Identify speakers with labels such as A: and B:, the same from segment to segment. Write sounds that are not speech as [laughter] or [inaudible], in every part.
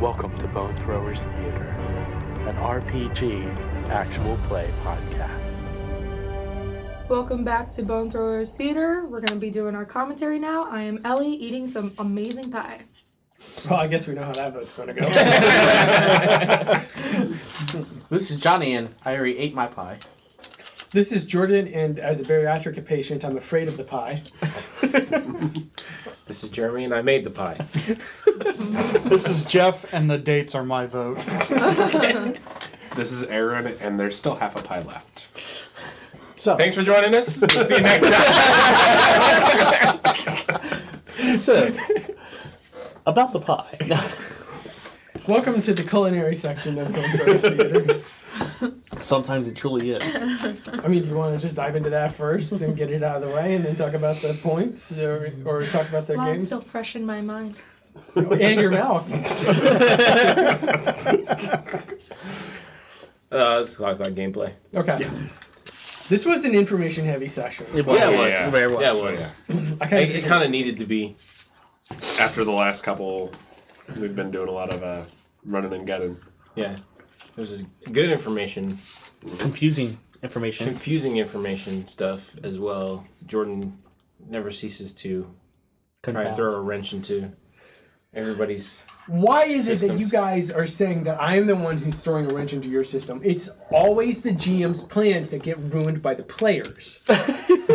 A: Welcome to Bone Throwers Theater, an RPG actual play podcast.
B: Welcome back to Bone Throwers Theater. We're gonna be doing our commentary now. I am Ellie eating some amazing pie.
C: Well, I guess we know how that vote's going to
D: [laughs]
C: go.
D: This is Johnny, and I already ate my pie.
C: this is Jordan, and as a bariatric patient, I'm afraid of the pie.
E: This is Jeremy, and I made the pie.
F: [laughs] This is Jeff, and the dates are my vote.
G: [laughs] This is Aaron, and there's still half a pie left.
C: So,
E: Thanks for joining
G: [laughs]
E: us. We'll see you next time.
D: So, about the [laughs] pie.
C: welcome to the culinary section of Film Throwers Theater.
D: Sometimes it truly is.
C: I mean, do you want to just dive into that first and get it out of the way, and then talk about the points or, or talk about their
B: Wow, it's
C: games
B: still fresh in my mind.
C: and your mouth?
E: Uh, let's talk about gameplay.
C: Okay. This was an information-heavy session.
E: Yeah, it was.
G: Yeah.
D: Very
E: Yeah, it was.
C: I
E: It,
C: kind of
E: kind of needed to be.
G: After the last couple, we've been doing a lot of uh, running and gunning.
E: Yeah. It was just good information,
D: Confusing information.
E: confusing information stuff as well. Jordan never ceases to try and throw a wrench into everybody's.
C: Why is it that you
E: Systems.
C: guys are saying that I am the one who's throwing a wrench into your system? It's always the GM's plans that get ruined by the [laughs] players.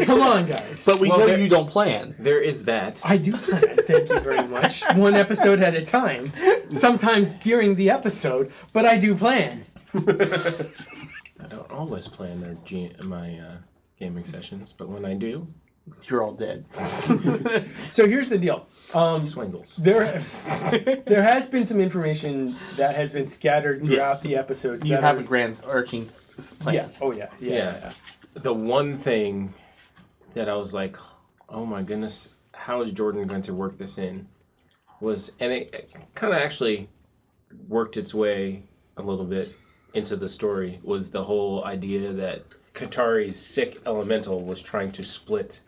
C: Come on, guys.
D: But we
E: Well,
D: know
E: there-
D: you don't plan.
E: There is that.
C: I do plan. Thank you very much. [laughs] One episode at a time. Sometimes during the episode, but I do plan.
E: I don't always plan their G- my uh, gaming sessions, but when I do,
D: You're all dead.
C: So here's the deal.
E: swingles.
C: [laughs] There, there has been some information that has been scattered throughout
D: Yes.
C: the episodes.
D: You
C: that
D: have
C: are-
D: a grand arching plan.
C: Yeah. Oh yeah. Yeah.
E: Yeah. The one thing that I was like, oh my goodness, how is Jordan going to work this in? Was, and it, kind of actually worked its way a little bit into the story, was the whole idea that Katari's sick elemental was trying to split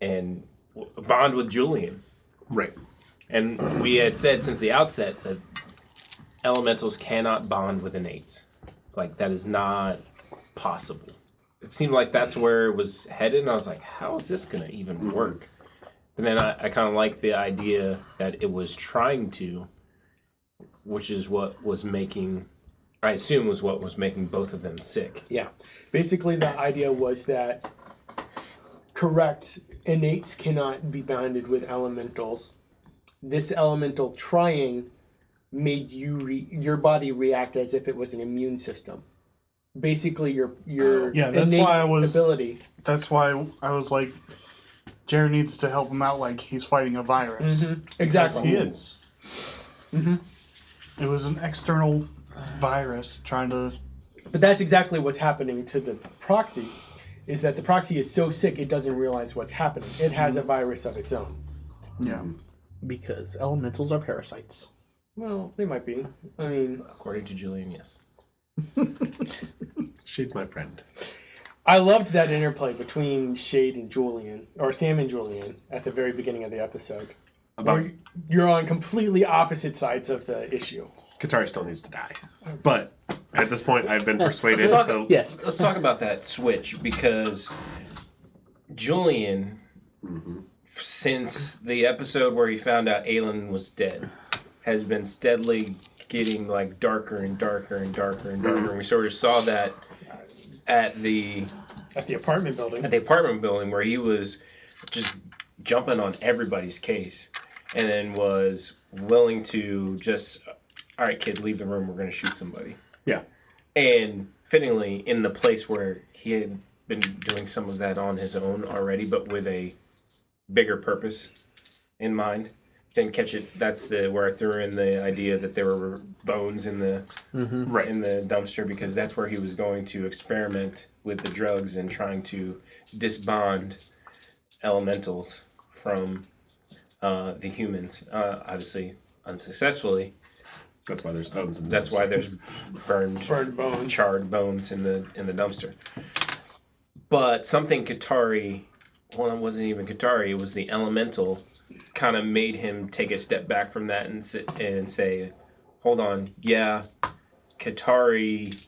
E: and w- bond with Julian.
G: Right.
E: And we had said since the outset that elementals cannot bond with innates. Like that is not possible. It seemed like that's where it was headed, and I was like, how is this gonna even work? But then I, I kinda like the idea that it was trying to, which is what was making I assume was what was making both of them sick.
C: Yeah. Basically, the idea was that correct innates cannot be bounded with elementals. This elemental trying made you re- your body react as if it was an immune system. Basically, your your
F: Yeah, that's
C: innate
F: why I was-
C: ability.
F: That's why I was like, Jared needs to help him out, like he's fighting a virus.
C: Mm-hmm. Exactly. Mm-hmm.
F: He is. It was an external virus trying to.
C: But that's exactly what's happening to the proxy. Is that the proxy is so sick it doesn't realize what's happening. It has
F: Mm-hmm.
C: a virus of its own.
F: Yeah.
D: Because elementals are parasites.
C: Well, they might be. I mean,
E: According to Julian, yes.
G: She's my friend.
C: I loved that interplay between Shade and Julian, or Sam and Julian, at the very beginning of the episode.
G: About
C: Where you're on completely opposite sides of the issue.
G: Katari still needs to die, but at this point, I've been persuaded
E: Fuck.
G: to.
D: Yes.
E: let's talk about that switch because Julian, since the episode where he found out Aelin was dead, has been steadily getting like darker and darker and darker and darker. And we sort of saw that at the
C: At the apartment
E: at
C: building. [laughs]
E: the apartment building where he was just jumping on everybody's case and then was willing to just all right kid leave the room we're going to shoot somebody
G: Yeah.
E: and fittingly in the place where he had been doing some of that on his own already, but with a bigger purpose in mind. then catch it. That's the where I threw in the idea that there were bones in the
G: Right.
E: in the dumpster because that's where he was going to experiment with the drugs and trying to disbond elementals from uh, the humans. Uh, obviously, unsuccessfully.
G: That's why there's bones. In
E: That's why there's burned,
C: Burned bones.
E: charred bones in the in the dumpster. But something Katari, well, it wasn't even Katari. It was the elemental. Kind of made him take a step back from that and sit and say, "Hold on, yeah, Katari,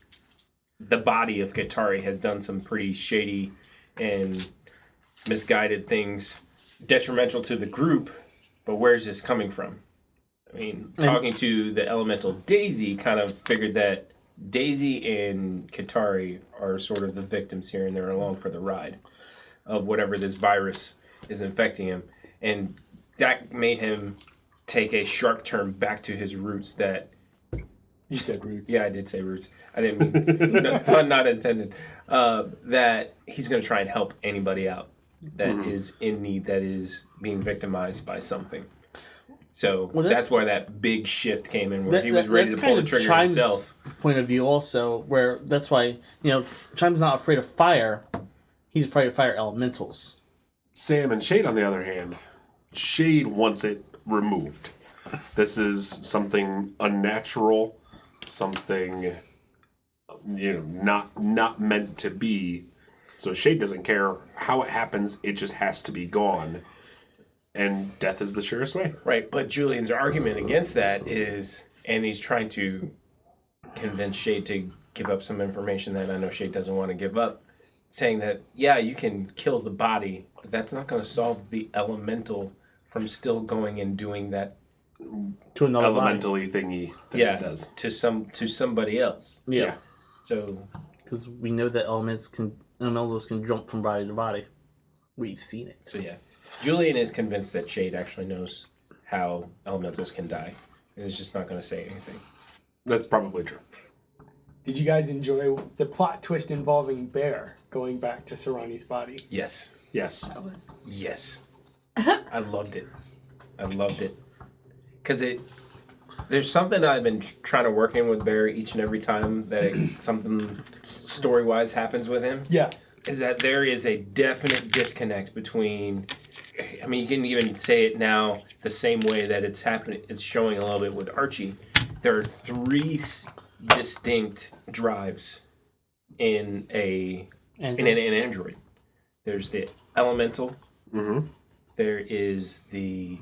E: the body of Katari has done some pretty shady and misguided things, detrimental to the group. But where's this coming from? I mean, talking to the elemental Daisy, kind of figured that Daisy and Katari are sort of the victims here, and they're along for the ride of whatever this virus is infecting him, and that made him take a sharp turn back to his roots that
C: You said roots.
E: yeah, I did say roots. I didn't mean [laughs] no, pun not intended. Uh, that he's going to try and help anybody out that is
D: Mm-hmm.
E: in need, that is being victimized by something. So
D: Well, that's-
E: that's, where that big shift came in, where
D: That-
E: he was
D: that-
E: ready
D: that's
E: to
D: kind
E: pull the
D: of
E: trigger
D: Chime's
E: himself.
D: Point of view also, where that's why you know Chime's not afraid of fire. He's afraid of fire elementals.
G: Sam and Shade, on the other hand, Shade wants it removed. This is something unnatural, something you know, not not meant to be. So Shade doesn't care how it happens; it just has to be gone. And death is the surest way.
E: Right, but Julian's argument against that is, and he's trying to convince Shade to give up some information that I know Shade doesn't want to give up, saying that, yeah, you can kill the body, but that's not going to solve the elemental from still going and doing that
D: To another elemental.
G: Elementally thingy that
E: yeah,
G: it does.
E: to some to somebody else.
D: Yeah,
E: So
D: because we know that elements can elementals can jump from body to body. We've seen it.
E: so yeah, Julian is convinced that Shade actually knows how elementals can die, and is just not going to say anything.
G: That's probably true.
C: Did you guys enjoy the plot twist involving Bear going back to Serrani's body?
E: Yes,
G: Yes.
B: That was
E: yes, I loved it. I loved it because it. There's something I've been tr- trying to work in with Barry each and every time that it, [clears throat] something story wise happens with him.
C: Yeah.
E: is that there is a definite disconnect between I mean you can even say it now the same way that it's happening it's showing a little bit with Archie. There are three s- distinct drives in a
D: And
E: in an, an android. There's the elemental. There is the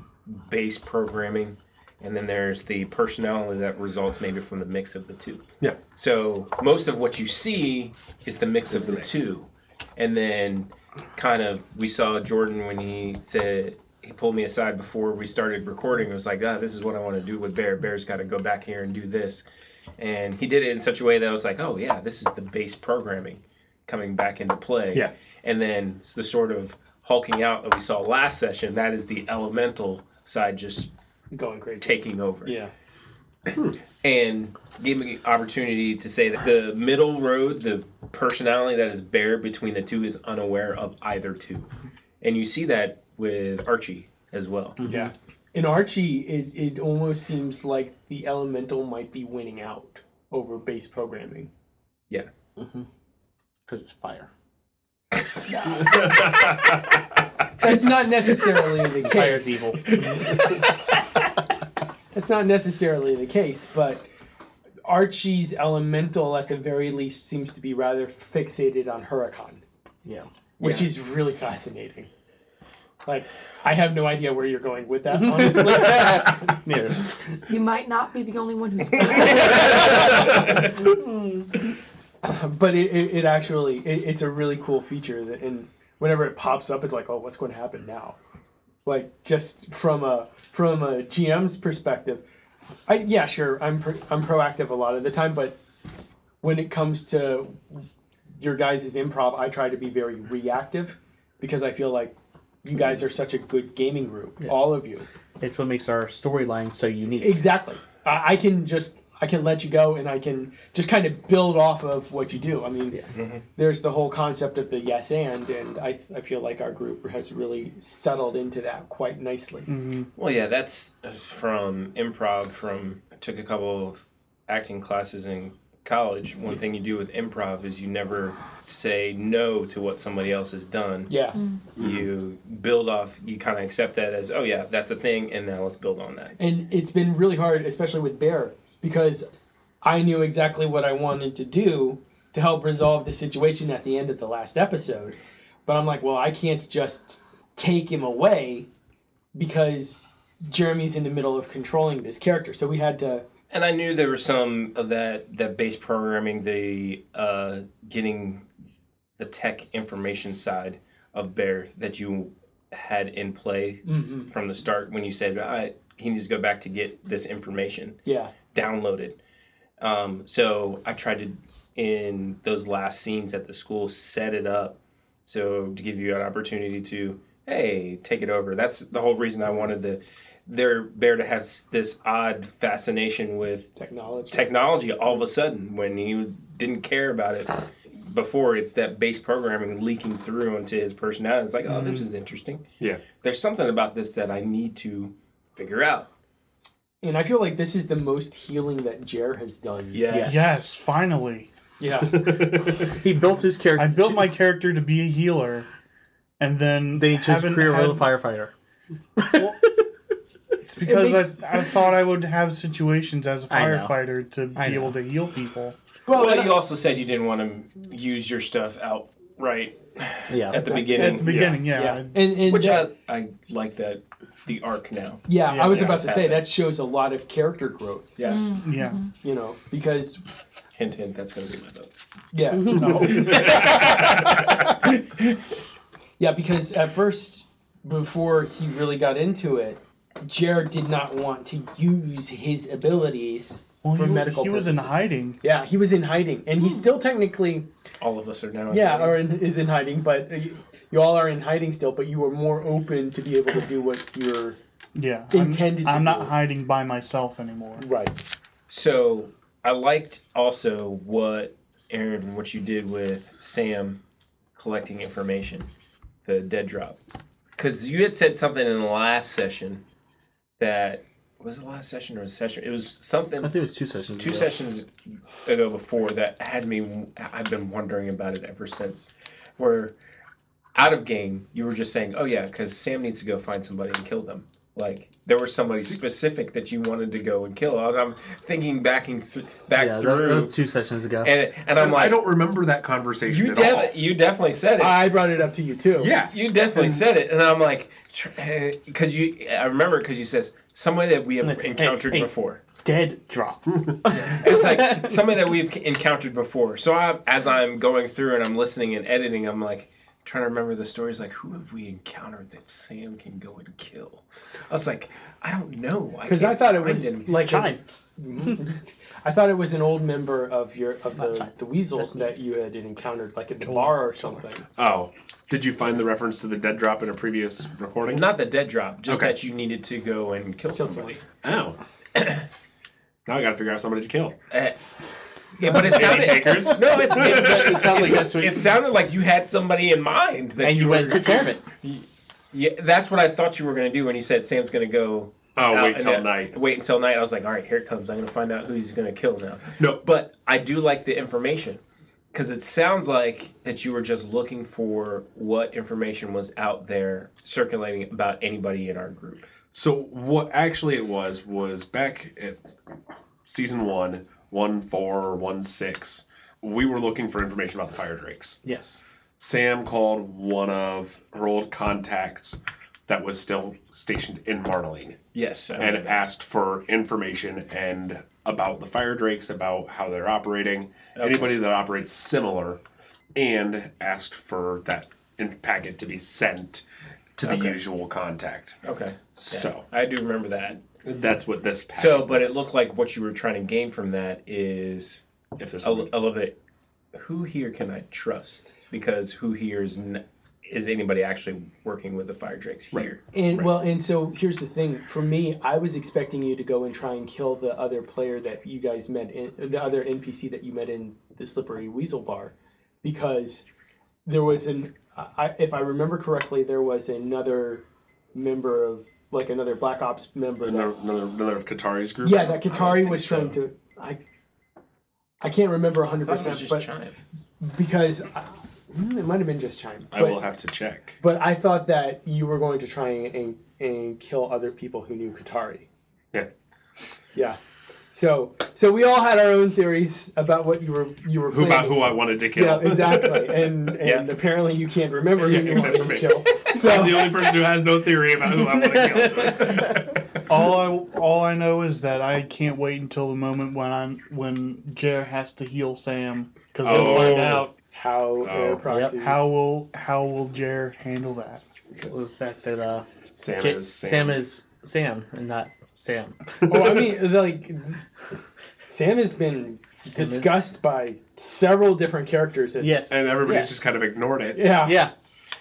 E: base programming, and then there's the personality that results maybe from the mix of the two.
G: Yeah.
E: So most of what you see is the mix of the,
G: mix.
E: two, and then kind of we saw Jordan when he said he pulled me aside before we started recording. It was like, ah, this is what I want to do with Bear. Bear's got to go back here and do this, and he did it in such a way that I was like, oh yeah, this is the base programming coming back into play.
G: Yeah.
E: And then the sort of hulking out that we saw last session, that is the elemental side just
C: Going crazy.
E: taking over
C: Yeah.
D: Mm-hmm.
E: and gave me the opportunity to say that the middle road, the personality that is bare between the two, is unaware of either two, and you see that with Archie as well.
C: Yeah. In Archie, it, it almost seems like the elemental might be winning out over base programming.
E: Yeah,
D: because it's fire.
C: That's not necessarily the
D: Fire is
C: case.
D: evil.
C: That's not necessarily the case, but Archie's elemental, at the very least, seems to be rather fixated on Huracan,
D: [laughs] Yeah.
C: which
E: Yeah.
C: is really fascinating. Like, I have no idea where you're going with that, honestly.
D: Yeah.
B: you might not be the only one who's [laughs]
C: but it, it, it actually, it, it's a really cool feature. That, and whenever it pops up, it's like, oh, what's going to happen now? Like, just from a from a GM's perspective, I, yeah, sure, I'm pro, I'm proactive a lot of the time, but when it comes to your guys' improv, I try to be very reactive because I feel like you guys are such a good gaming group, all of you.
D: It's what makes our storyline so unique.
C: Exactly. I, I can just I can let you go and I can just kind of build off of what you do. I mean, there's the whole concept of the yes and, and I, I feel like our group has really settled into that quite nicely.
E: Well, yeah, that's from improv. From I took a couple of acting classes in college. One thing you do with improv is you never say no to what somebody else has done.
C: Yeah.
E: You build off. You kind of accept that as, oh yeah, that's a thing, and now let's build on that.
C: and it's been really hard, especially with Bear, because I knew exactly what I wanted to do to help resolve the situation at the end of the last episode. But I'm like, well, I can't just take him away because Jeremy's in the middle of controlling this character. So we had to,
E: And I knew there was some of that that base programming, the uh, getting the tech information side of Bear that you had in play from the start when you said, "All right, he needs to go back to get this information
C: yeah,
E: downloaded." Um, so I tried to in those last scenes at the school set it up so to give you an opportunity to hey take it over. That's the whole reason I wanted the their Bear to have s- this odd fascination with
C: technology.
E: technology all of a sudden when he didn't care about it before it's that base programming leaking through into his personality it's like oh this is interesting
G: Yeah.
E: there's something about this that i need to figure out
C: and I feel like this is the most healing that Jer has done.
E: Yes.
F: Yes, finally.
E: [laughs]
C: Yeah.
D: He built his character.
F: I built my character to be a healer, and then
D: They chose
F: haven't
D: career
F: had-
D: road firefighter.
F: It's because
B: makes-
F: I, I thought I would have situations as a
D: I know.
F: firefighter to
D: I
F: be
D: know.
F: able to heal people.
C: well,
E: well
C: and
E: you also said you didn't want to use your stuff out right
D: Yeah.
E: at the beginning
F: At the beginning, yeah.
C: yeah.
F: I-
C: And, and
E: which
C: that-
E: I, I like that the arc now
C: yeah, I was
E: yeah,
C: about to say
E: happened.
C: that shows a lot of character growth,
E: yeah
F: yeah.
C: you know, because
E: hint hint that's going to be my vote
D: [laughs]
C: Yeah. [laughs] yeah, because at first, before he really got into it, Jared did not want to use his abilities
F: Well,
C: for
F: he,
C: medical.
F: he was in
C: purposes.
F: hiding.
C: Yeah, he was in hiding, and he's still technically
E: all of us are now in
C: yeah,
E: hiding.
C: or in, is in hiding, but. uh, You, you all are in hiding still, but you are more open to be able to do what you're
F: Yeah.
C: Intended to
F: I'm, I'm
C: do.
F: not hiding by myself anymore.
C: right.
E: So I liked also what Aaron and what you did with Sam collecting information, the dead drop, because you had said something in the last session that was it the last session or a session. It was something
D: I think it was two sessions.
E: two
D: ago.
E: sessions ago before that had me. I've been wondering about it ever since. Where out of game, you were just saying, "Oh yeah," because Sam needs to go find somebody and kill them. Like there was somebody specific that you wanted to go and kill. And I'm thinking backing th- back
D: Yeah, that,
E: through,
D: that was two sessions ago.
E: and and I'm like,
G: I don't remember that conversation
E: you,
G: at
E: defi- you definitely said it.
C: I brought it up to you too.
G: Yeah.
E: you definitely said it, and I'm like, because you, I remember because you says somebody that we have
D: Like, hey,
E: encountered
D: hey.
E: before.
D: Dead drop.
E: it's like somebody that we've encountered before. So I, as I'm going through and I'm listening and editing, I'm like trying to remember the stories. Like, who have we encountered that Sam can go and kill? I was like, I don't know.
C: because I
E: can't
C: thought it
E: find
C: was
E: him.
C: like a-
D: Chime.
C: [laughs] I thought it was an old member of your of the,
D: Chime.
C: the weasels that you had encountered like at the bar or something.
G: all. Oh. Did you find the reference to the dead drop in a previous recording?
E: not the dead drop, just
G: Okay.
E: that you needed to go and kill,
C: Kill
E: somebody.
G: Oh. now I gotta figure out somebody to kill.
E: Eh. yeah, but it sounded.
G: takers?
E: [laughs] No, it's, it, but it sounded like
D: that's what-
E: it sounded like you had somebody in mind that
D: And you
E: were,
D: went and took care of it.
E: Yeah, that's what I thought you were gonna do when you said Sam's gonna go.
G: Oh,
E: out
G: wait
E: and
G: till
E: out-
G: night.
E: Wait until night. I was like, all right, here it comes. I'm gonna find out who he's gonna kill now.
G: No.
E: but I do like the information because it sounds like that you were just looking for what information was out there circulating about anybody in our group.
G: So what actually it was was back at season one, one four, one six. We were looking for information about the fire drakes.
D: Yes.
G: Sam called one of her old contacts that was still stationed in Marteline
E: Yes, I
G: and
E: remember.
G: asked for information and about the fire drakes, about how they're operating, anybody that operates similar, and asked for that in- packet to be sent to the usual contact.
E: okay.
G: So
E: I do remember that.
G: that's what this packet.
E: So, but it
G: was.
E: looked like what you were trying to gain from that is
G: if
E: a,
G: there's something.
E: a little bit who here can I trust? Because who here is n- is anybody actually working with the fire drakes here?
C: And well, and so here's the thing. For me, I was expecting you to go and try and kill the other player that you guys met in the other NPC that you met in the Slippery Weasel bar, because there was an, I, if I remember correctly, there was another member of like another Black Ops member. That,
G: Another, another, another of Qatari's group.
C: yeah, that Katari was trying to. I, I can't remember 100,
E: That was
C: percent
E: just
C: but
E: chime.
C: because I, hmm, it might have been just Chime.
G: I
C: but-
G: will have to check.
C: but I thought that you were going to try and, and kill other people who knew Katari.
G: Yeah.
C: Yeah. So so we all had our own theories about what you were you were
G: Who about
C: planning.
G: who I wanted to kill?
C: Yeah, exactly. And and
G: Yeah.
C: apparently you can't remember who
G: Yeah,
C: you
G: except
C: wanted to
G: for
C: kill. So
G: [laughs] I'm the only person who has no theory about who I want to kill.
F: All I all I know is that I can't wait until the moment when I'm when Jer has to heal Sam because he'll
G: Oh.
F: find out
C: how air proxies?
F: how will how will Jer handle that.
D: The fact that uh,
G: Sam
D: Ki-
G: is Sam.
D: Sam is Sam and not
G: [laughs]
D: Sam.
C: Oh, I mean, like Sam has been discussed by several different characters. As,
D: Yes.
G: [laughs] and everybody's
C: Yeah.
G: just kind of ignored it.
C: Yeah.
D: yeah.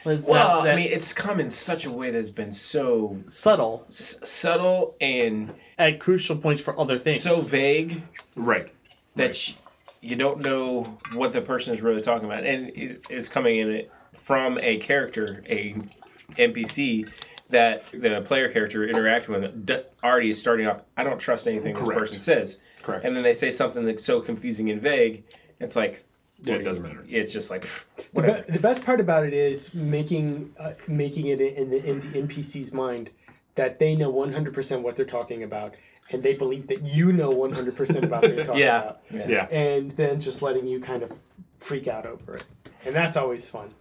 D: It's not
E: Well, I
D: that
E: mean, it's come in such a way that's been so
D: subtle
E: s- subtle and
D: at crucial points for other things.
E: so vague
G: Right.
E: that sh you don't know what the person is really talking about, and it is coming in it from a character, a NPC that the player character interacting with d- already is starting off. I don't trust anything
G: Correct.
E: this person says.
G: Correct.
E: And then they say something that's so confusing and vague. It's like
G: Yeah, it doesn't matter.
E: it's just like pff,
C: The,
E: whatever.
C: be- the best part about it is making uh, making it in the, in the NPC's mind that they know 100% what they're talking about and they believe that you know 100% about what they're talking
E: Yeah.
C: about
E: yeah.
G: Yeah.
C: and then just letting you kind of freak out over it and that's always fun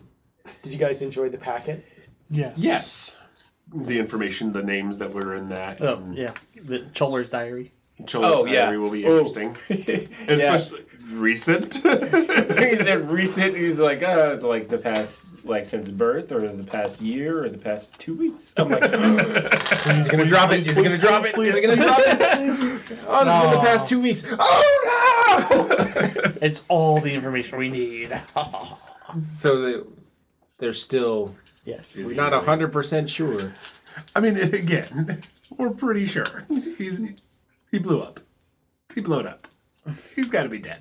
C: did you guys enjoy the packet
F: Yeah.
G: Yes. The information, the names that were in that.
D: Oh, yeah. The Choler's diary.
G: Children's
E: Oh, yeah.
G: diary will be
E: Oh.
G: interesting. [laughs] And
E: Yeah.
G: especially recent. [laughs]
E: [laughs] He said recent. He's like, uh, it's like the past, like since birth, or the past year, or the past two weeks. I'm [laughs] like,
F: He's
E: gonna drop it. He's gonna drop it. He's gonna drop [laughs] it. Oh, this has been
F: No.
E: the past two weeks. Oh no!
D: It's all the information we need.
E: [laughs]
D: [laughs]
E: so the, they're still
D: yes.
E: we're not hundred percent sure.
G: I mean, again, [laughs] we're pretty sure he's he blew up. He blowed up. He's got to be dead.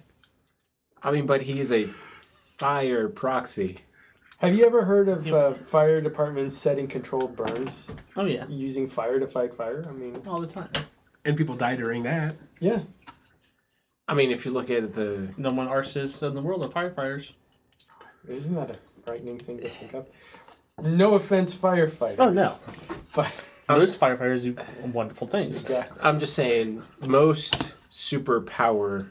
E: I mean, but he is a fire proxy.
C: have you ever heard of uh, fire departments setting controlled burns
D: Oh, yeah.
C: using fire to fight fire i mean
D: All the time.
G: And people die during that.
C: yeah
E: I mean, if you look at the
D: No one arsists in the world of firefighters.
C: isn't that a frightening thing to think of no offense firefighters
D: Oh,
C: but [laughs]
D: Most firefighters do wonderful things.
C: yeah
E: I'm just saying, most superpower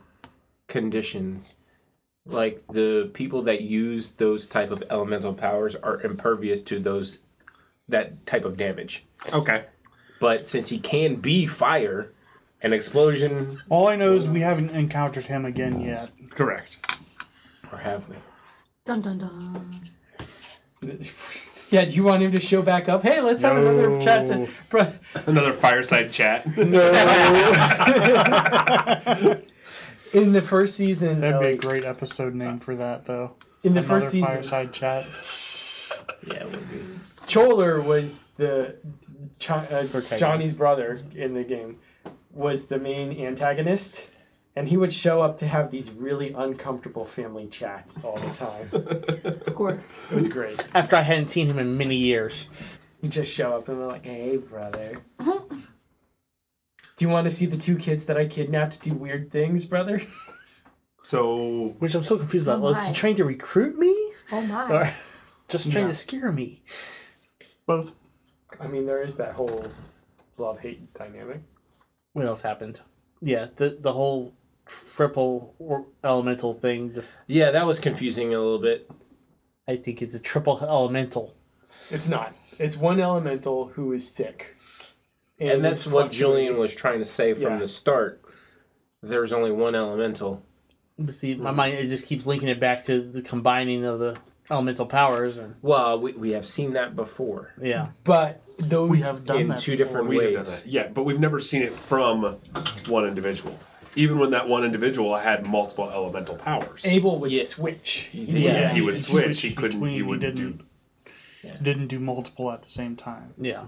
E: conditions, like the people that use those type of elemental powers, are impervious to those that type of damage.
G: Okay.
E: But since he can be fire, an explosion,
F: All I know is we haven't encountered him again yet.
G: Correct.
E: or have we?
B: Dun dun dun.
C: Yeah, do you want him to show back up? Hey, let's have another chat. To, bro,
G: Another fireside [laughs] chat.
C: [laughs] in the first season,
F: That'd be a
C: like,
F: great episode name for that, though.
C: in the
F: Another
C: first season,
F: fireside chat.
E: Yeah, we'll be.
C: Choler was the Ch- uh,
D: Protagonist.
C: Johnny's brother in the game was the main antagonist, and he would show up to have these really uncomfortable family chats all the time. it
B: Of course.
C: was great.
D: After I hadn't seen him in many years.
C: You just show up and they're like, "Hey, brother." Do you want to see the two kids that I kidnapped do weird things, brother? [laughs]
G: So
D: Which I'm so confused about. Was he
B: my.
D: trying to recruit me?
B: Oh my.
D: Or just trying
F: No.
D: to scare me?
F: Both.
C: I mean, there is that whole love hate dynamic.
D: What else happened? Yeah, the, the whole triple or elemental thing just,
E: yeah, that was confusing a little bit.
D: I think it's a triple elemental.
C: It's not. It's one elemental who is sick.
E: And that's
C: is
E: what
C: fluctuating.
E: Julian was trying to say from
C: Yeah.
E: the start. There's only one elemental.
D: But see, my mind it just keeps linking it back to the combining of the elemental powers and
E: Well, we, we have seen that before.
D: yeah.
C: But those.
F: We have done
E: in
F: that.
E: two
F: before.
E: different
G: we have
E: ways.
G: done that. Yeah, but we've never seen it from one individual. Even when that one individual had multiple elemental powers.
C: Abel would
E: Yeah.
C: switch.
G: Yeah, he would
F: He
G: switch.
F: switched
G: He couldn't.
F: between,
G: He
F: he
G: wouldn't do.
F: didn't. Didn't do multiple at the same time.
D: Yeah.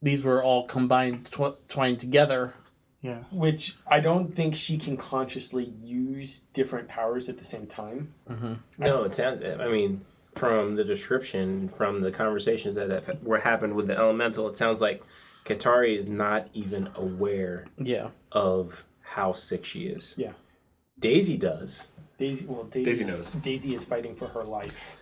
D: These were all combined, tw- twined together.
F: Yeah.
C: Which I don't think she can consciously use different powers at the same time.
E: No, it sounds. I mean, from the description, from the conversations that have, were happened with the elemental, it sounds like Katari is not even aware
D: Yeah.
E: of how sick she is.
C: Yeah.
E: Daisy does
C: Daisy, well, Daisy,
G: Daisy
C: is-
G: knows.
C: Daisy is fighting for her life.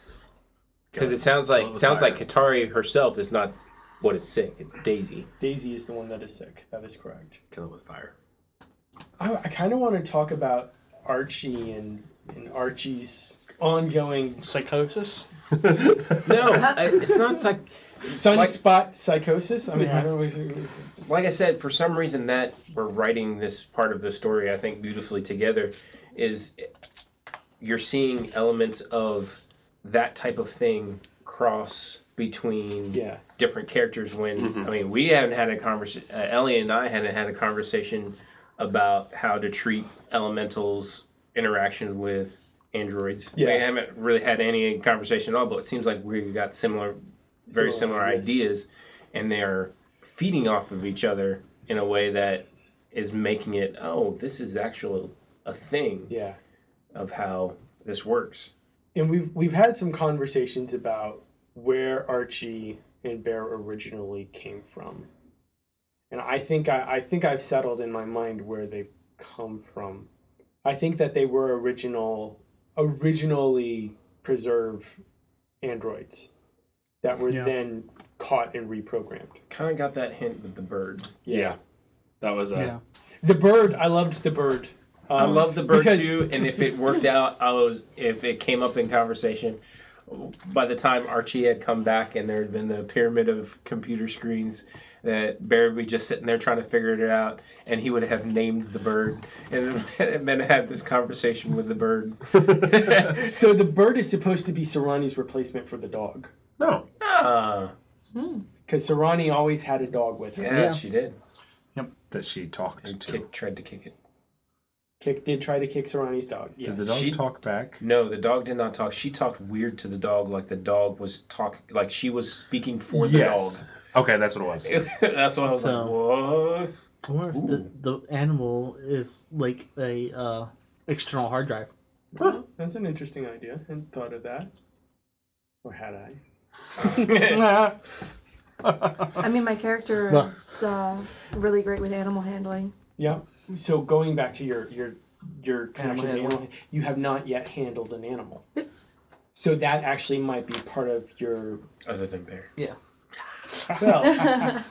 E: because it sounds like
G: Blow the
E: sounds
G: fire.
E: like Katari herself is not what is sick. It's Daisy.
C: Daisy is the one that is sick. That is correct.
G: Kill it with fire.
C: I, I kind of want to talk about Archie and, and Archie's ongoing
D: Psychosis?
E: No, [laughs] I, it's not like
C: sunspot psychosis. I mean, I don't know.
E: like I said, for some reason that we're writing this part of the story, I think beautifully together, is you're seeing elements of that type of thing cross between
C: Yeah.
E: different characters. When
C: Mm-hmm.
E: I mean, we haven't had a conversation. Uh, Ellie and I hadn't had a conversation about how to treat elementals' interactions with androids. We
C: Yeah.
E: haven't really had any conversation at all, but it seems like we got similar, very
C: Similar
E: similar ideas, and they're feeding off of each other in a way that is making it oh this is actual a thing
C: Yeah.
E: of how this works
C: and we've we've had some conversations about where Archie and Bear originally came from, and I think I, I think I've settled in my mind where they come from. I think that they were original, originally preserved androids that were
F: Yeah.
C: then caught and reprogrammed.
E: kind of got that hint with the bird
G: Yeah. That was a.
F: Yeah.
C: The bird, I loved the bird.
E: i
C: Um,
E: love the bird
C: because-
E: too and if it worked out i was if it came up in conversation by the time archie had come back and there had been the pyramid of computer screens that Bear would be just sitting there trying to figure it out, and he would have named the bird, and, [laughs] and then had this conversation with the bird.
C: So the bird is supposed to be Serrani's replacement for the dog,
G: No.
E: Ah,
C: because Serrani always had a dog with her.
E: yeah,
D: Yeah.
E: she did.
G: That she talked to.
E: Kick, tried to kick it.
C: Kick did try to kick Serrani's dog. Yeah.
G: Did the dog
E: She-
G: talk back?
E: No, the dog did not talk. She talked weird to the dog, like the dog was talking, like she was speaking for the
G: Yes. Okay, that's what it was.
E: dog. [laughs] That's why I was like, what?
D: I wonder if the, the animal is like a uh, external hard drive.
C: That's an interesting idea. I hadn't thought of that. Or had I?
F: Nah.
B: I mean, my character
D: No.
B: is uh, really great with animal handling.
C: Yeah. So going back to your your your connection to
D: handling.
C: animal, you have not yet handled an animal. So that actually might be part of your
E: Other than bear.
D: Yeah.
C: well,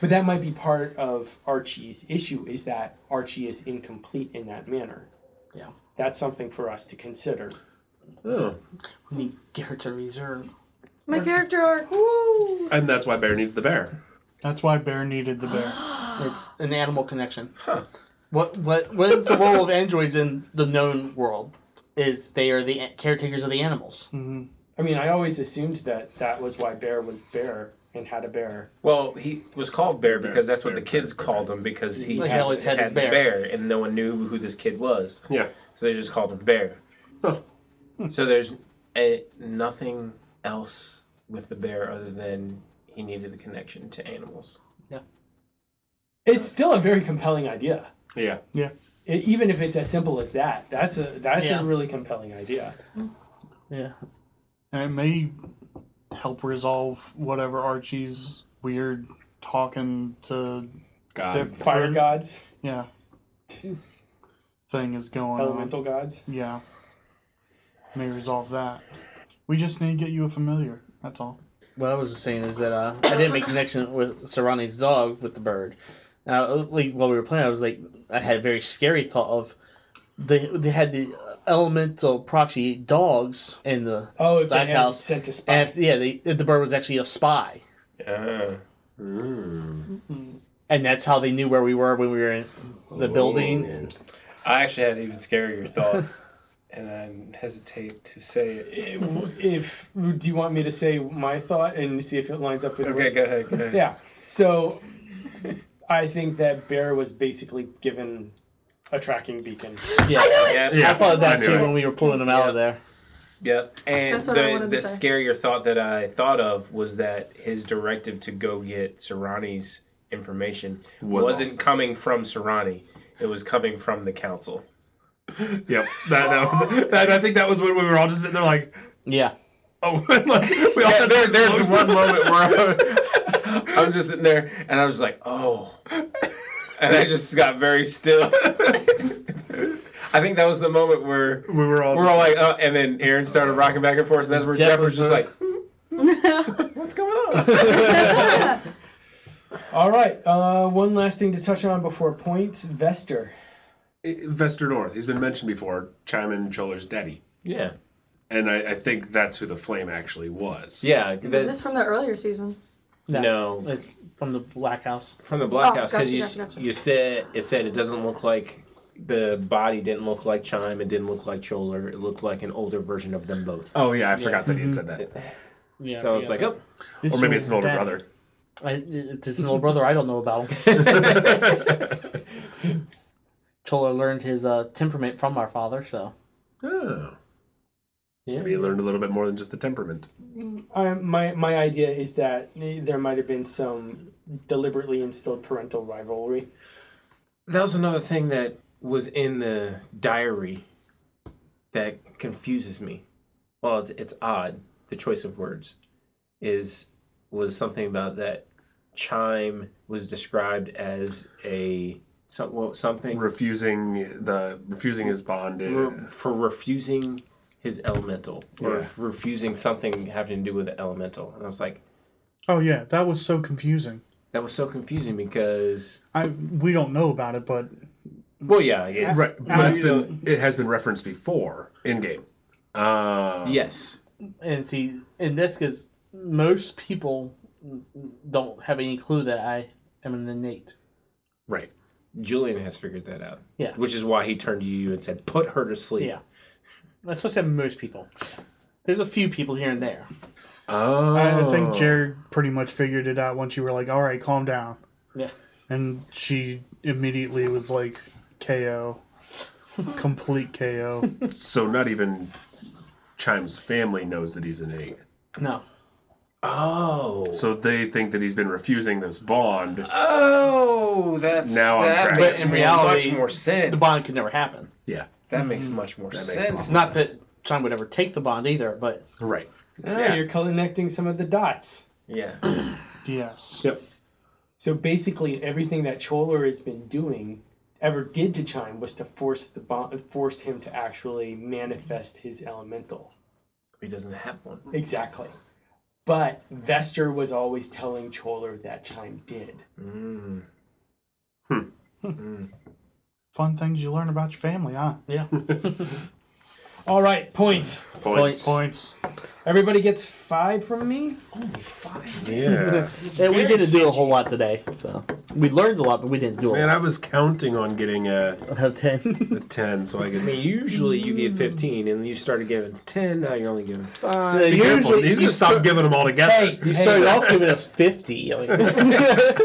C: but that might be part of Archie's issue is that Archie is incomplete in that manner.
D: Yeah.
C: That's something for us to consider.
G: Oh.
D: We need Garrett to reserve.
B: My character arc, woo!
G: And that's why Bear needs the bear.
F: That's why Bear needed
C: [gasps]
F: the bear.
D: It's an animal connection. What what what is the role of androids in the known world? Is they are the a- caretakers of the animals.
C: I mean, I always assumed that that was why Bear was Bear and had a bear.
E: Well, he was called Bear because that's what
G: Bear,
E: the kids
G: Bear, Bear,
E: called him because he
D: Like,
E: just
D: always had his
E: the
D: bear.
E: and no one knew who this kid was,
G: Yeah.
E: so they just called him
D: [laughs]
E: Bear.
G: Huh.
E: so there's a, nothing else with the bear other than he needed a connection to animals.
C: It's still a very compelling idea.
G: Yeah.
C: I e, even if it's as simple as that, that's a that's
D: Yeah.
C: a really compelling idea.
D: Yeah.
F: And it may help resolve whatever Archie's weird talking to
G: God.
F: different
C: Fire gods,
F: yeah thing is going
C: elemental gods.
D: Um,
F: on. Yeah, may resolve that. We just need to get you a familiar. That's all.
D: What I was just saying is that uh, I didn't make connection with Serrani's dog with the bird. Now, uh, like while we were playing, I was like, I had a very scary thought of they they had the elemental proxy dogs in the
C: Oh, if
D: Black
C: they had
D: House.
C: sent a spy.
D: and if, yeah, they, the bird was actually a spy,
E: Yeah.
D: and that's how they knew where we were when we were in the building. And
E: I actually had an even scarier
D: [laughs]
E: thought, and I hesitate to say it.
C: Eh, if do you want me to say my thought and see if it lines up with
E: Okay, go ahead. Go ahead.
C: yeah. So I think that bear was basically given a tracking beacon.
D: yeah,
E: Yeah.
D: I thought of that
G: I knew
D: too
G: it.
D: when we were pulling them out of there.
E: Yep. And
B: That's what I
E: the,
B: wanted
E: the
B: to say.
E: scarier thought that I thought of was that his directive to go get Serrani's information
G: Was
E: wasn't
G: awesome.
E: coming from Serrani. It was coming from the council.
G: Yep. That, that [laughs] was. That, I think that was when we were all just sitting there like,
D: Yeah.
G: oh, [laughs] like we all
E: Yeah, [laughs]
G: had
E: there,
G: this
E: there's
G: look.
E: one moment where I, I was [laughs] just sitting there and I was like, oh. And I just got very still. [laughs] I think that was the moment where
F: We were all.
E: we're all like, uh, and then Aaron started rocking back and forth, and that's where Jeff, was just like,
B: [laughs]
E: what's going on?
C: All right. Uh, one last thing to touch on before points. Vester.
G: Eh, Vester North. He's been mentioned before. Chimon Chiller's daddy,
E: yeah.
G: and I, I think that's who the flame actually was.
E: Yeah.
B: Is
E: that-
B: this from the earlier season?
E: No.
D: It's from the Black House.
E: from the black
B: Oh,
E: house because
B: gotcha,
E: you,
B: gotcha, gotcha.
E: you said it said it doesn't look like the body didn't look like chime it didn't look like choler it looked like an older version of them both
G: Oh yeah, I forgot that he
E: Mm-hmm.
G: had said that.
D: Yeah.
E: so i was like oh
G: Or maybe it's an older brother.
D: I, if it's an old brother, I don't know [laughs] about him. Chola learned his uh, temperament from our father, so.
G: Oh.
C: Yeah.
G: Maybe he learned a little bit more than just the temperament.
C: I, Um, my my idea is that there might have been some deliberately instilled parental rivalry.
E: that was another thing that was in the diary that confuses me well it's, it's odd the choice of words is was something about that chime was described as a some, well, something
G: Refusing the refusing his bond.
E: re- for refusing his elemental or
G: Yeah.
E: refusing something having to do with the elemental. And I was like,
F: Oh yeah, that was so confusing.
E: that was so confusing because,
F: I we don't know about it, but
E: well, yeah, yeah,
G: Right, but it's been it has been referenced before in game. Uh,
E: yes,
D: And see, and that's because most people n- n- don't have any clue that I am an innate.
G: right.
E: Julian has figured that out.
D: Yeah.
E: which is why he turned to you and said, "Put her to sleep."
D: Yeah. That's what I said most people. There's a few people here and there.
G: Oh,
F: I, I think Jared pretty much figured it out once you were like, "All right, calm down,"
D: Yeah.
F: and she immediately was like, "KO, complete
G: [laughs]
F: KO."
G: so. Not even Chime's family knows that he's an eight.
D: No.
E: Oh,
G: So they think that he's been refusing this bond.
E: oh, that's
G: Now I'm
E: that
G: tracking.
E: makes
D: But in
E: more-
D: reality,
E: much more sense.
D: The bond Mm-hmm. could never happen.
G: Yeah,
E: that makes much more
G: makes a lot
E: sense.
G: more
D: Not that John would ever take the bond either, but
G: right.
C: Ah,
G: Yeah.
C: You're connecting some of the dots.
E: Yeah,
F: yes.
G: Yep.
C: So basically, everything that Cholar has been doing, ever did to Chime, was to force the bond, force him to actually manifest his elemental.
E: he doesn't have one.
C: Exactly. But Vester was always telling Cholar that Chime did.
F: Fun things you learn about your family, huh?
D: yeah.
C: All right, points.
G: Points.
F: Points.
C: Everybody gets five from me. [laughs]
G: Yeah.
D: Yeah, Eh, we didn't do a whole lot today, so we learned a lot, but we didn't do a
G: Man,
D: lot.
G: I was counting on getting a,
D: About [laughs] ten.
G: a ten, so I could.
E: I mean, usually you give 15 and you started giving 10, now you're only giving 5.
D: Be
G: Careful,
D: usually,
G: he's
D: you,
G: gonna stop giving them all together.
C: Hey,
D: you
C: hey,
D: started off giving us fifty. I mean,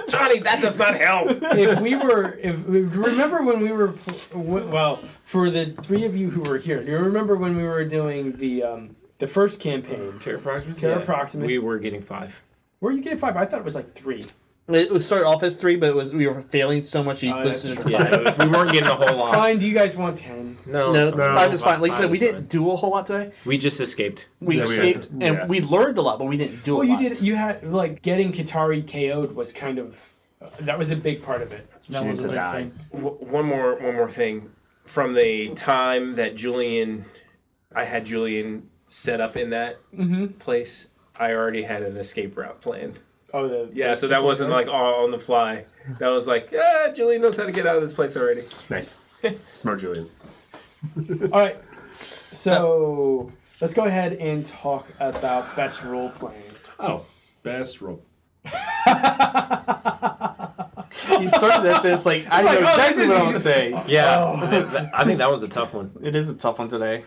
E: Johnny, that does not [laughs] help.
C: if we were, if remember when we were, pl- well, for the three of you who were here, do you remember when we were doing the um, the first campaign?
E: Terra Proximus?
C: Terra Proximus.
E: We were getting 5.
C: Where you get five? I thought it was like three.
D: [laughs] it was started off as three, but it was we were failing so much. You
C: Oh, that's
D: boosted it to
C: true.
D: five.
E: Yeah, we weren't getting a whole lot.
C: Fine. Do you guys want ten?
E: No,
D: No, five is
E: Fi-
D: fine. Like I
E: five
D: said, we
E: is fine.
D: didn't do a whole lot today.
E: We just escaped.
D: We
G: Yeah, we
D: escaped
G: did.
D: and
G: Yeah.
D: we learned a lot, but we didn't do a
C: Well, you
D: lot.
C: did. You had like getting Katari KO'd was kind of uh, that was a big part of it.
F: That was
G: needs
F: a
G: to
F: big
G: die.
F: thing.
E: W- one more, one more thing. From the time that Julian, I had Julian set up in that place, I already had an escape route planned.
C: Oh, the
E: Yeah, so that wasn't like all on the fly. That was like, ah, Julian knows how to get out of this place already.
G: Nice. Smart Julian.
C: All right. So let's go ahead and talk about best role playing.
G: Oh, best role.
D: [laughs] You started this, and it's like oh, I know exactly what I'm gonna say.
E: Yeah, I think that was a tough one.
D: [laughs] It is a tough one today,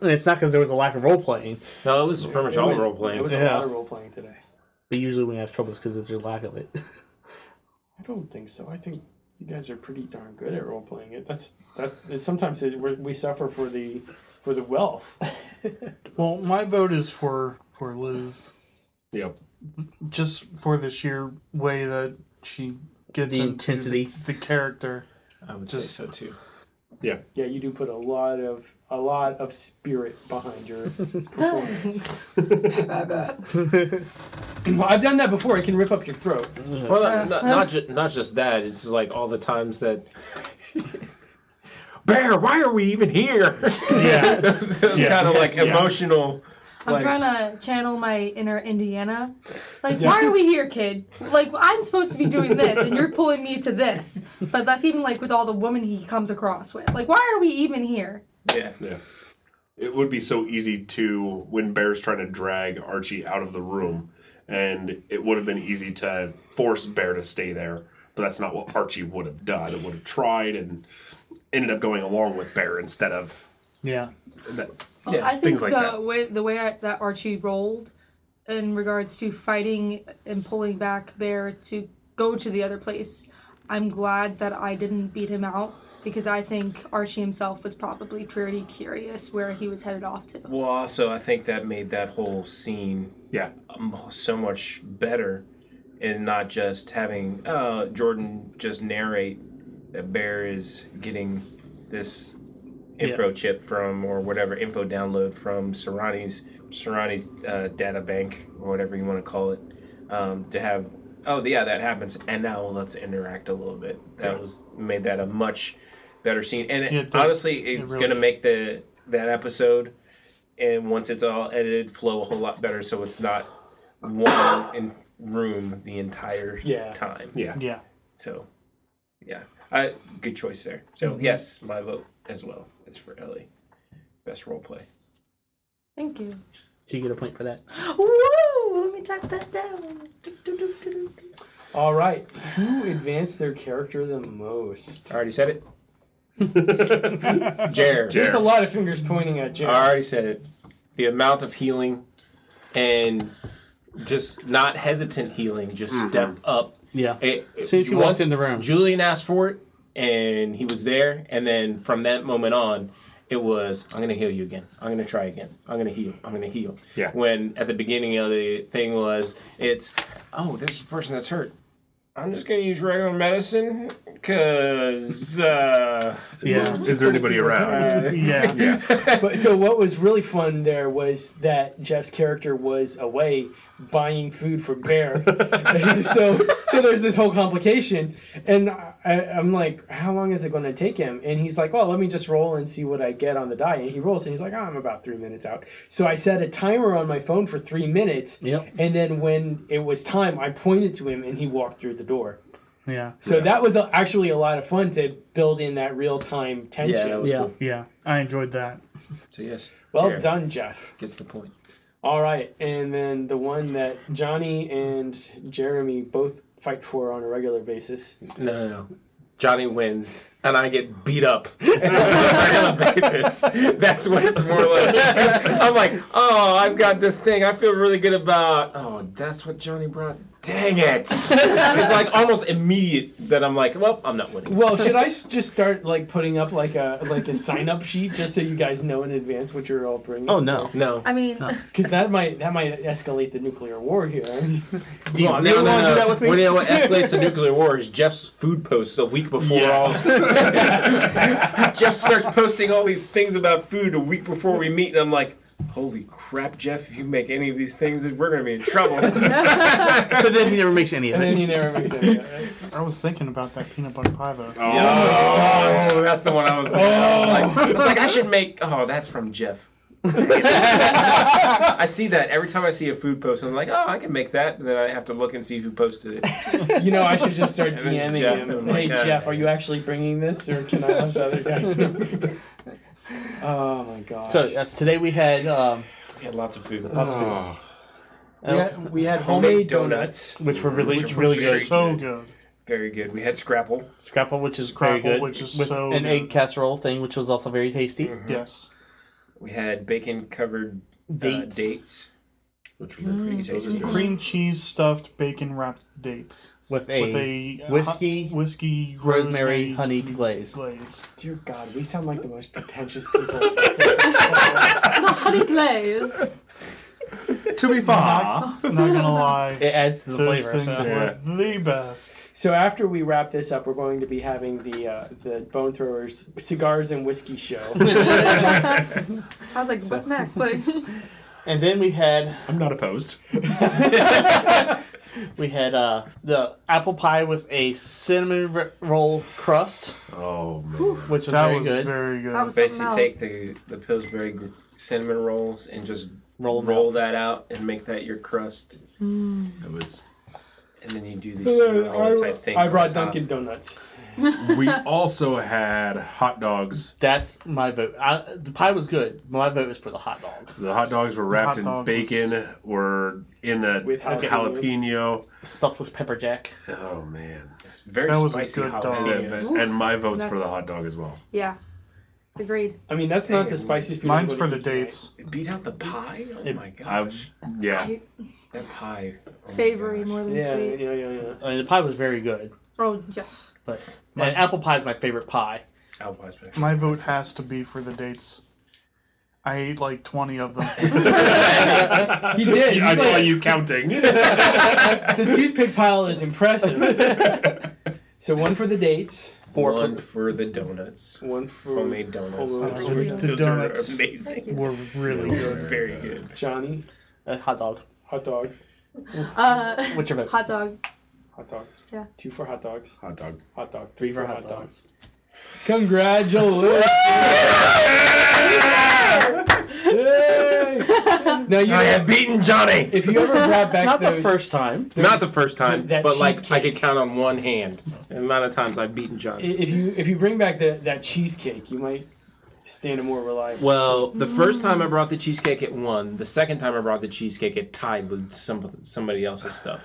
D: and it's not because there was a lack of role playing.
E: No, it was pretty much all role
C: There was
E: playing.
C: a
D: Yeah.
C: lot of role playing today.
D: But usually when we have troubles because it's your lack of it. [laughs]
C: I don't think so. I think you guys are pretty darn good at role playing it. That's that. Sometimes it, we're, we suffer for the for the wealth. [laughs]
F: Well, my vote is for for Liz,
G: Yep.
F: just for the sheer way that she gets
D: The
F: into
D: intensity.
F: the, the character.
E: I would
F: Just-
E: say so too.
G: Yeah.
C: Yeah, you do put a lot of a lot of spirit behind your performance.
B: Thanks.
C: [laughs] well, I've done that before. It can rip up your throat.
E: Well, not, not, ju- not just that. It's just like all the times that. Bear, why are we even here? [laughs]
F: Yeah,
E: it was, kind of like
G: Yes, yeah.
E: emotional.
B: I'm
E: Like-
B: trying to channel my inner Indiana. Like, why are we here, kid? Like, I'm supposed to be doing this, and you're pulling me to this. But that's even like with all the women he comes across with. Like, why are we even here?
E: Yeah.
G: Yeah. It would be so easy to when Bear's trying to drag Archie out of the room, and it would have been easy to force Bear to stay there. But that's not what Archie would have done. It would have tried and ended up going along with Bear instead of.
F: yeah.
G: That,
E: Yeah,
B: I think
G: things like
B: the
G: that.
B: way the way I, that Archie rolled in regards to fighting and pulling back Bear to go to the other place. I'm glad that I didn't beat him out because I think Archie himself was probably pretty curious where he was headed off to.
E: Well, also, I think that made that whole scene
G: yeah.
E: um, so much better and not just having uh, Jordan just narrate that Bear is getting this info chip from or whatever info download from Serrani's Serrani's uh, data bank or whatever you want to call it um, to have oh yeah that happens and now let's interact a little bit that was made that a much better scene and it,
F: Yeah, it did.
E: honestly
F: It
E: it's
F: really
E: gonna
F: did.
E: make the that episode and once it's all edited, flow a whole lot better. So it's not one in room the entire
C: Yeah.
E: time.
G: Yeah.
F: Yeah.
E: So, yeah, I good choice there. So yes, my vote as well is for Ellie, best role play.
B: Thank you.
D: She get a point for that.
B: Woo! Let me type that down. Do, do, do, do, do.
C: All right, who advanced their character the most?
E: I already said it. Jared.
G: Jer.
C: There's a lot of fingers pointing at Jim.
E: I already said it. The amount of healing and just not hesitant healing, just step up
D: Yeah.
E: It,
D: As soon as he walked
E: once
D: in the room.
E: Julian asked for it, and he was there. And then from that moment on, it was I'm gonna heal you again. I'm gonna try again. I'm gonna heal. I'm gonna heal.
G: Yeah.
E: When at the beginning of the thing was it's oh there's a person that's hurt. I'm just gonna use regular medicine because uh,
F: Yeah.
G: Is there anybody around?
F: Yeah.
G: [laughs] Yeah.
C: But so what was really fun there was that Jeff's character was away buying food for Bear.
E: [laughs]
C: so so there's this whole complication, and I, I'm like, how long is it going to take him? And he's like, well, let me just roll and see what I get on the die. And he rolls, and he's like, oh, I'm about three minutes out. So I set a timer on my phone for three minutes,
D: Yep.
C: and then when it was time, I pointed to him, and he walked through the door.
F: Yeah.
C: So that was a- actually a lot of fun to build in that real time tension.
E: yeah, that
D: [laughs]
E: was
D: Yeah.
E: cool.
F: Yeah. I enjoyed that.
E: So yes,
C: well
E: Jared
C: done, Jeff.
E: Gets the point.
C: All right, and then the one that Johnny and Jeremy both fight for on a regular basis.
E: No, no, no. Johnny wins, and I get beat up [laughs] on a regular basis. That's what it's more like. 'Cause I'm like, oh, I've got this thing. I feel really good about. Oh, that's what Johnny brought. Dang it! it's like almost immediate that I'm like, well, I'm not winning.
C: Well, should I s- just start like putting up like a like a sign up sheet just so you guys know in advance what you're all bringing?
D: Oh no.
E: No.
B: I mean, [laughs]
C: because that might that might escalate the nuclear war here. [laughs] I mean,
D: Do you
E: Well,
D: really
E: no, no,
D: want to do
E: no.
D: that with me? [laughs]
E: Well, you know what escalates the nuclear war is Jeff's food posts a week before
F: Yes.
E: [laughs] all. Jeff starts posting all these things about food a week before we meet, and I'm like, holy crap, Jeff! If you make any of these things, we're gonna be
D: [laughs]
E: in trouble. Oh,
D: but then he never makes any of
C: and then
D: it.
C: you never makes it. right?
F: I was thinking about that peanut butter pie though.
G: Oh,
E: Oh, that's the one I was like. I was like, I was like, I should make. Oh, that's
D: [laughs]
E: from Jeff. I see that every time I see a food post. I'm like, oh, I can make that. And then I have to look and see who posted it.
C: You know, I should just start
E: And then it's
C: DMing
E: Jeff, and
C: him.
E: I'm
C: Hey
E: like, uh,
C: Jeff, are you actually bringing this, or can I let the other guys
D: [laughs]
C: know? oh my god.
D: So yes, today we had um,
E: Yeah, lots of food.
G: Oh.
C: we had, we had
E: Homemade
C: homemade donuts.
E: donuts,
D: which were really
E: Which were
D: really
E: very
D: good.
F: So good.
E: very good. We had scrapple.
D: Scrapple, which is
F: Scrapple,
D: very good,
F: which is
D: with
F: so
D: an
F: good. Uh-huh.
D: egg casserole thing, which was also very tasty.
F: Yes.
E: We had bacon covered
D: Dates.
E: uh, dates. which was pretty tasty.
F: Mm-hmm. Cream cheese stuffed bacon wrapped dates
D: with a,
F: with a hot
D: whiskey,
F: whiskey,
D: rosemary, honey glaze.
F: glaze.
C: Dear God, we sound like the most pretentious people. [laughs]
B: Honey glaze.
G: To be fair,
F: I'm not
D: [laughs]
F: gonna lie,
D: It adds to the
F: those
D: flavor.
F: things
D: So.
F: were the best.
C: so after we wrap this up, we're going to be having the uh, the Bone Throwers cigars and whiskey
F: [laughs]
C: show.
D: [laughs]
B: I was like, what's next?
C: [laughs]
B: Like,
D: And then we had
G: I'm not opposed.
D: we had uh, the apple pie with a cinnamon r- roll crust,
G: Oh man.
D: which was
F: that
D: very
F: was
D: good.
F: very good.
B: that was something
E: Basically,
B: else.
E: take the the Pillsbury gr- cinnamon rolls and just
D: Roll
E: roll
D: 'em
E: that out and make that your crust,
G: It was
E: and then you do these cinnamon roll
C: I,
E: type things.
C: I
E: on
C: brought
E: the top.
C: Dunkin' Donuts.
G: we also had hot dogs.
D: That's my vote. I, the pie was good. My vote is for the hot dog.
G: The hot dogs were wrapped
F: hot dog
G: in
F: was-
G: bacon, were in a
C: With jalapenos.
G: jalapeno.
D: Stuffed with pepper jack.
G: Oh man.
E: Very
F: That was a
E: spicy
F: good dog.
G: And,
E: jalapeno.
G: and- and my vote's for the hot dog as well.
B: Yeah. Agreed.
E: Oh
C: I mean, that's not the spiciest food. I'm
F: Mine's for
C: gonna
F: the
C: eat tonight.
F: dates.
E: It beat out the pie. Oh my
G: I,
E: gosh,
G: yeah.
E: that pie. Oh my
B: Savory
E: gosh.
B: more than
C: Yeah,
B: sweet.
C: yeah, yeah, yeah.
E: [laughs]
D: I mean, the pie was very good,
B: Oh, yes.
D: but and apple pie is my favorite pie.
E: Apple pie special.
F: My vote has to be for the dates. I ate like twenty of them.
C: He did.
G: I
C: He's [laughs]
G: saw
C: like,
G: you counting.
C: the toothpick pile is impressive.
F: [laughs]
C: so one for the dates,
D: Four
E: One
D: for-
E: for the donuts.
C: one for
E: Homemade donuts.
C: Homemade
E: Those are-
F: donuts. The
E: those
F: donuts.
E: are amazing.
F: Were really
E: Those are
F: good.
E: very good.
C: Johnny,
D: A hot dog.
C: hot dog,
B: Uh,
E: [laughs]
B: [laughs]
D: What's your vote?
B: hot dog.
C: hot dog.
B: Yeah.
C: Two for hot dogs,
G: hot dog.
C: hot dog. Three for hot dogs. [laughs] Congratulations! Yay! now you.
G: have beaten Johnny.
C: If you ever brought back
D: Not
C: those,
D: the first time.
E: Not the first time,
C: that
E: but like I
C: cheesecake.
E: could count on one hand the amount of times I've beaten John.
C: i- if you if you bring back the, that cheesecake, you might stand a more reliable.
E: Well, the
C: Mm.
E: first time I brought the cheesecake, it won. The second time I brought the cheesecake, it tied with some somebody else's stuff.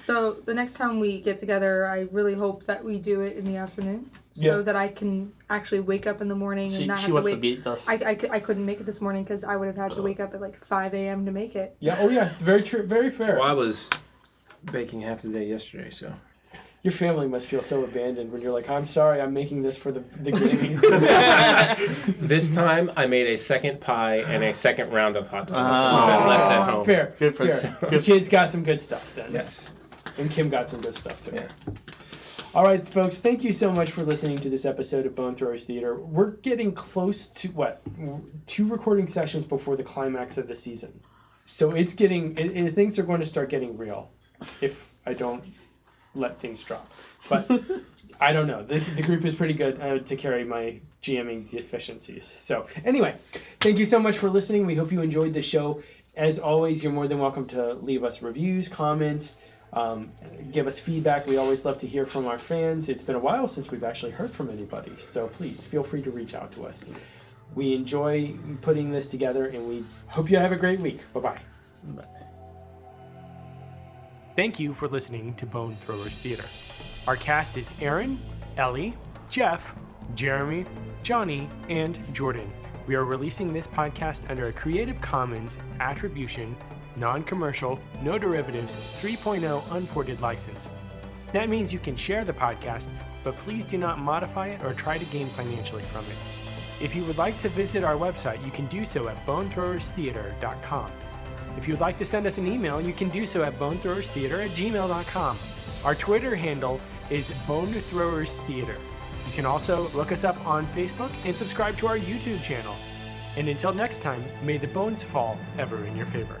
B: So the next time we get together, I really hope that we do it in the afternoon, so
C: Yeah.
B: that I can actually wake up in the morning and
D: She,
B: not
D: she
B: have to
D: wants to
B: wait.
D: beat us.
B: I, I, cou- I couldn't make it this morning because I would have had to wake up at like 5 a.m. to make it.
C: Yeah. Oh yeah. Very true. Very fair.
E: Well, I was baking half the day yesterday, so
C: Your family must feel so abandoned when you're like, I'm sorry, I'm making this for the,
E: [laughs]
C: the game.
E: [laughs] this time I made a second pie and a second round of hot dogs.
D: Ah.
E: I left at home.
C: fair.
D: Good for
C: [laughs] fair. The kids got some good stuff then.
E: Yes.
C: And Kim got some good stuff too.
E: Yeah.
C: All right, folks, thank you so much for listening to this episode of Bone Throwers Theater. We're getting close to what? Two recording sessions before the climax of the season. So it's getting, it, it- things are going to start getting real if I don't let things drop. But I don't know. The, the group is pretty good uh, to carry my GMing deficiencies. So, anyway, thank you so much for listening. We hope you enjoyed the show. As always, you're more than welcome to leave us reviews, comments, um, give us feedback. We always love to hear from our fans. It's been a while since we've actually heard from anybody, so please feel free to reach out to us. We enjoy putting this together, and we hope you have a great week. Bye bye.
H: Thank you for listening to Bone Throwers Theater. Our cast is Aaron, Ellie, Jeff, Jeremy, Johnny, and Jordan. We are releasing this podcast under a Creative Commons Attribution, Non Commercial, No Derivatives 3.0 Unported license. That means you can share the podcast, but please do not modify it or try to gain financially from it. If you would like to visit our website, you can do so at bonethrowerstheater.com. If you'd like to send us an email, you can do so at bonethrowerstheater at gmail.com. Our Twitter handle is Bone Throwers Theater. You can also look us up on Facebook and subscribe to our YouTube channel. And until next time, may the bones fall ever in your favor.